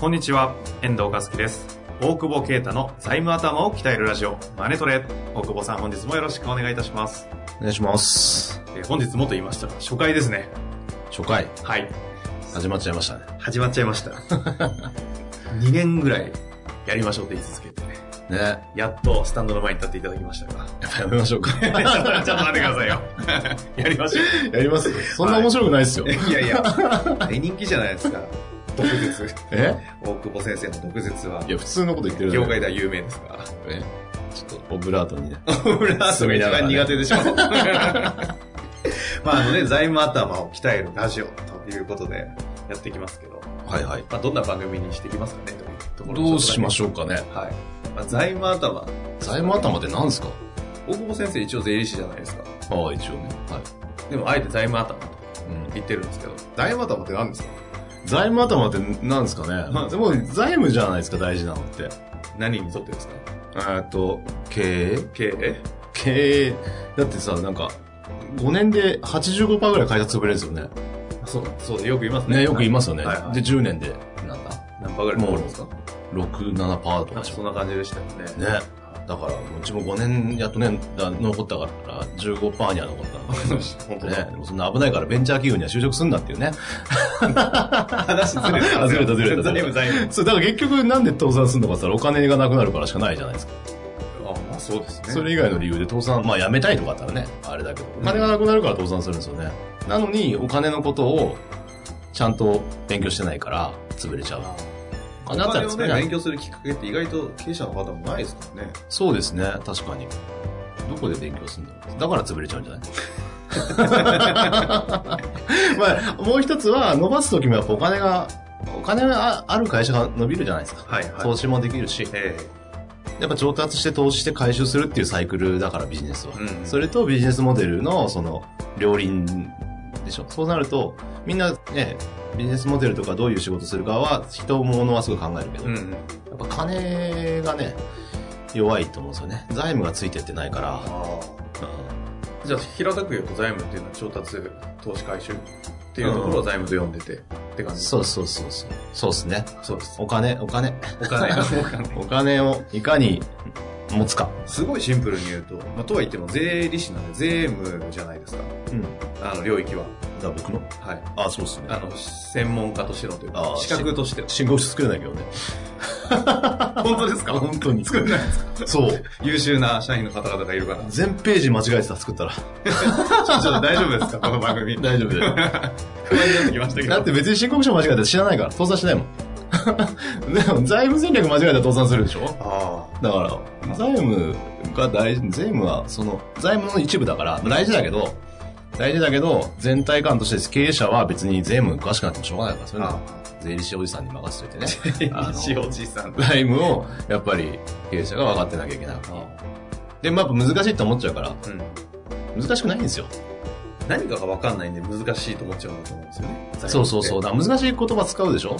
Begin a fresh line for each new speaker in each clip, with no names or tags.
こんにちは、遠藤和樹です。大久保啓太の財務頭を鍛えるラジオ、マネトレ。大久保さん、本日もよろしくお願いいたします。
お願いします。
えー本日もと言いましたが、初回ですね。
初回、
はい。
始まっちゃいましたね。
始まっちゃいました。2年ぐらいやりましょうって言い続けて、
ね。
やっとスタンドの前に立っていただきましたが。
やっ ぱやめましょうか。
ちょっと待ってくださいよ。 やりましょう。
やりますそんな面白くないですよ。
いやいや、大人気じゃないですか。毒舌。
え、
大久保先生の毒舌はい
や、普通のこと言ってる
業界では有名ですから。
ね。ちょっと、オブラートにね。
ブラートが一番苦手でしょ。 まああのね、財務頭を鍛えるラジオということでやっていきますけど、
はいはい。
まあ、どんな番組にしていきますかねというところ
どうしまし
ょ
ょうかね。
う。はい。まあ、財務頭、
財務頭って何ですか
大久保先生一応税理士じゃないですか。
ああ、一応ね。はい。
でもあえて財務頭と
うん、
言ってるんですけど、財務頭って何ですか
財務頭って何ですかね、
まあ
でも財務じゃないですか、大事なのって。
何にとってですか
えーっと、経営
経営
経営。だってさ、なんか、5年で85%ぐらい会社潰れるんですよね。
そう、そう、よく言いますね。
ね、よく言いますよね。
はいはい
で、10年で、なんだ
何パーぐらい残るんですか
6、7%と
なん
か
か
しょ
そんな感じでしたよね。
ね。だから、うちも5年やっとね、だ残ったから、15%には残ったのか
本当
ら
だ。
ね。でもそんな危ないからベンチャー企業には就職すんなっていうね。
話ずれて
あずれたずれた
全然財務。
そう、だから結局なんで倒産するのかって言ったらお金がなくなるからしかないじゃないですか。
あ、まあそうですね。
それ以外の理由で倒産、まあ辞めたいとかだったらね、あれだけど、お金がなくなるから倒産するんですよね。なのに、お金のことをちゃんと勉強してないから、潰れちゃう。お
あ
金あ
な
った
た
ら
を
潰
ね、
れな
勉
い。
強するきっかけって意外と経営者の方もないですからね。
そうですね、確かに。どこで勉強するんだろう。だから潰れちゃうんじゃない まあ、もう一つは、伸ばすときもやっぱお金が、お金がある会社が伸びるじゃないですか。
はいはい
投資もできるし、
え
やっぱ上達して投資して回収するっていうサイクルだからビジネスは。
うん
それとビジネスモデルの、その、両輪でしょ。そうなると、みんなね、ビジネスモデルとかどういう仕事するかは、人物はすごい考えるけど、
えうん。
やっぱ金がね、弱いと思うんですよね。財務がついてってないから。
あ
うん
あ。じゃあ、平たく言うと財務っていうのは調達、投資回収っていうところを財務と呼んでて、って感じ。
そうそうそうそう。そうですね。
そうです。
お金、お金。
お金。お金
お金をいかに持つか。
すごいシンプルに言うと、まあ、とは言っても税理士なんで税務じゃないですか。
うん。
あの、領域は。
だ僕の
はい。
あ、そうですね
あの、専門家としてのというか
あ、あ
資格としての。
信号作れないけどね。
本当ですか
本当に。
作んないですか
そう。
優秀な社員の方々がいるから。
全ページ間違えてた、作ったら。
ちょっと大丈夫ですかこの番 組。
大丈夫だよ。
不安になってきましたけど。
だって別に申告書間違えたら知らないから、倒産しないもん。 でも、財務戦略間違えたら倒産するでしょ
あ
だから、財務が大事、税務はその、財務の一部だから、大事だけど、大事だけど、全体感として経営者は別に税務詳しくなってもしょうがないから、そういうのは
あ。
税理士おじさんに任せといてね。 あの
しおじさん。
財務を、やっぱり経営者が分かってなきゃいけない。でもやっぱ難しいって思っちゃうから、
うん
難しくないんですよ。
何かが分かんないんで難しいと思っちゃうんだと思うんですよね。
そうそうそう。だから難しい言葉使うでしょ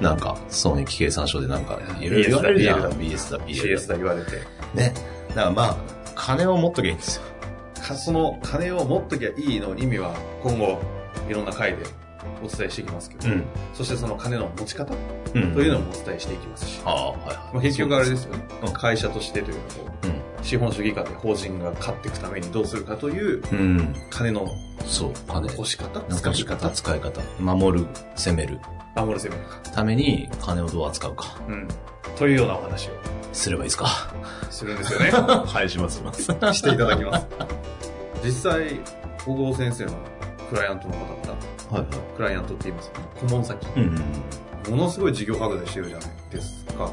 なんか、損益計算書でなんか、いろいろ言われるじゃん
BS だ
BS だ、BS
CS だ言われて。
だ。ね。だからまあ、金を持っとけばいいんですよ。
かその金を持っときゃいいの意味は今後いろんな回でお伝えしていきますけど、
うん。
そしてその金の持ち方
うん。
というのもお伝えしていきますし、
ああ、はいはい。
まあ、結局あれですよね
うん。
会社としてというかこう、資本主義下で法人が勝っていくためにどうするかという
うん。うん。
金の
そう、金。
残し方、
使
使
い
い
方、
方、
使い方。守る、攻める
守る攻めるか。
ために金をどう扱うか。
うん。というようなお話を
すればいいですか。
するんですよ ね。
はい、します、します。
していただきます。 実際、小郷先生のクライアントの方々、
はいは
クライアントって言いますよね顧問先、
い。うんうんうん。
ものすごい事業拡大してるじゃないですか。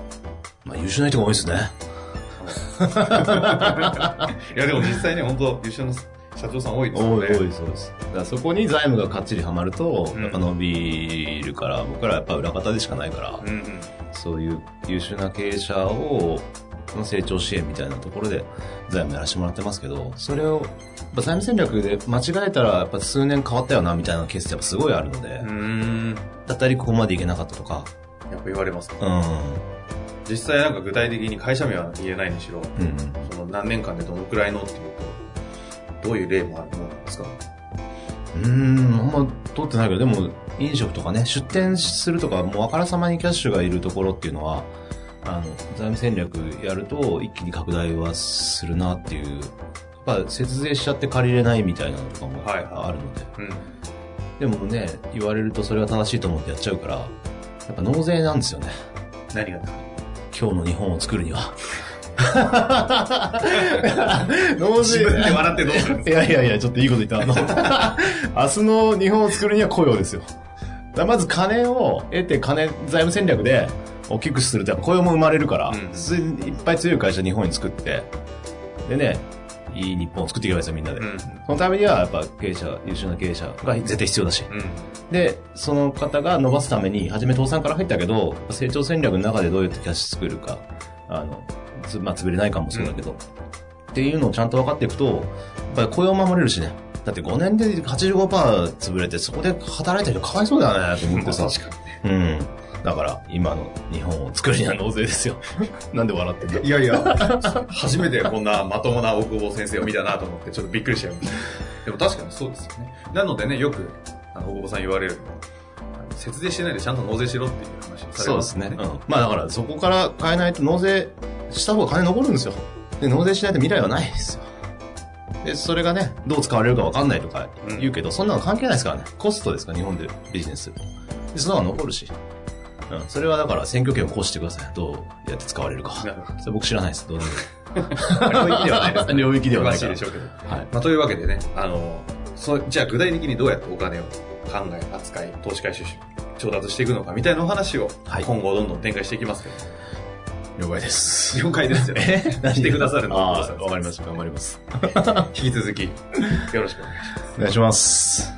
まあ、優秀な人が多いですね。
いや、でも実際ね、本当優秀な社長さん多いですよ
多い
ね。
多いそうですだからそこに財務がかっちりはまると、
うん
やっぱ伸びるから僕らやっぱ裏方でしかないから、
うんうん。
そういう優秀な経営者をの成長支援みたいなところで財務やらせてもらってますけどそれをやっぱ財務戦略で間違えたらやっぱ数年変わったよなみたいなケースってやっぱすごいあるので、
うーん。
だったりここまでいけなかったとか
やっぱ言われますね。
うん
実際なんか具体的に会社名は言えないにしろ、
うん
その何年間でどのくらいのっていうと、どういう例もあるものなんですか
うーんあんま取ってないけどでも飲食とかね出店するとかもうあからさまにキャッシュがいるところっていうのはあの財務戦略やると一気に拡大はするなっていうやっぱ節税しちゃって借りれないみたいなのとかも
はいはい
あるので、
うん。
でもね言われるとそれは正しいと思ってやっちゃうからやっぱ納税なんですよね
何が
今日の日本を作る には 納
自
税
分で笑ってどう するん
いやいやいや、ちょっといいこと言った。あ の明日の日本を作るには雇用ですよ。だからまず金を得て金、財務戦略で大きくするとやっぱ雇用も生まれるから、
うん
すいっぱい強い会社日本に作って、でね、いい日本を作っていけばいいですよ、みんなで。
です
そのためには、やっぱ経営者、優秀な経営者が絶対必要だし。
うん。うん。
で、その方が伸ばすために、はじめ倒産から入ったけど、成長戦略の中でどうやってキャッシュ作るか、あの、つまあ、潰れないかもそうだけど、っていうのをちゃんと分かっていくと、やっぱり雇用守れるしね。だって5年で85%潰れて、そこで働いた人かわいそうだね、と思ってさ。
確か
うん。だから、今の日本を作るには納税ですよ。 なんで笑ってんの
に。いやいや、 初めてこんなまともな大久保先生を見たなと思って、ちょっとびっくりしちゃいました。でも確かにそうですよね。なのでね、よく、あの、大久保さん言われるのはあの節税してないでちゃんと納税しろっていう話をさ
そ
れ
うで
ます
す
よ
ね。うん。まあだから、そこから変えないと納税した方が金残るんですよ。で、納税しないと未来はないですよ。で、それがね、どう使われるか分かんないとか言うけど、そんなの関係ないですからね。コストですから、日本でビジネスすると。で、その方が残るし。うん。それはだから、選挙権を行使してください。どうやって使われるか。
なるほ
それ僕知らないです。どうなるか。
領域ではないですね。
領域ではない
詳し
か
い
ら
でしょうけど。
はい。
まあ、というわけでね、あの、そう、じゃあ具体的にどうやってお金を考え、扱い、投資回収し、調達していくのかみたいなお話を、
はい
今後どんどん展開していきますけど、
了解です。
了解 ですよ。
え
してくださるの
ああ、わかりました。頑張ります。
引き続き、よろしくお願いします。
お願いします。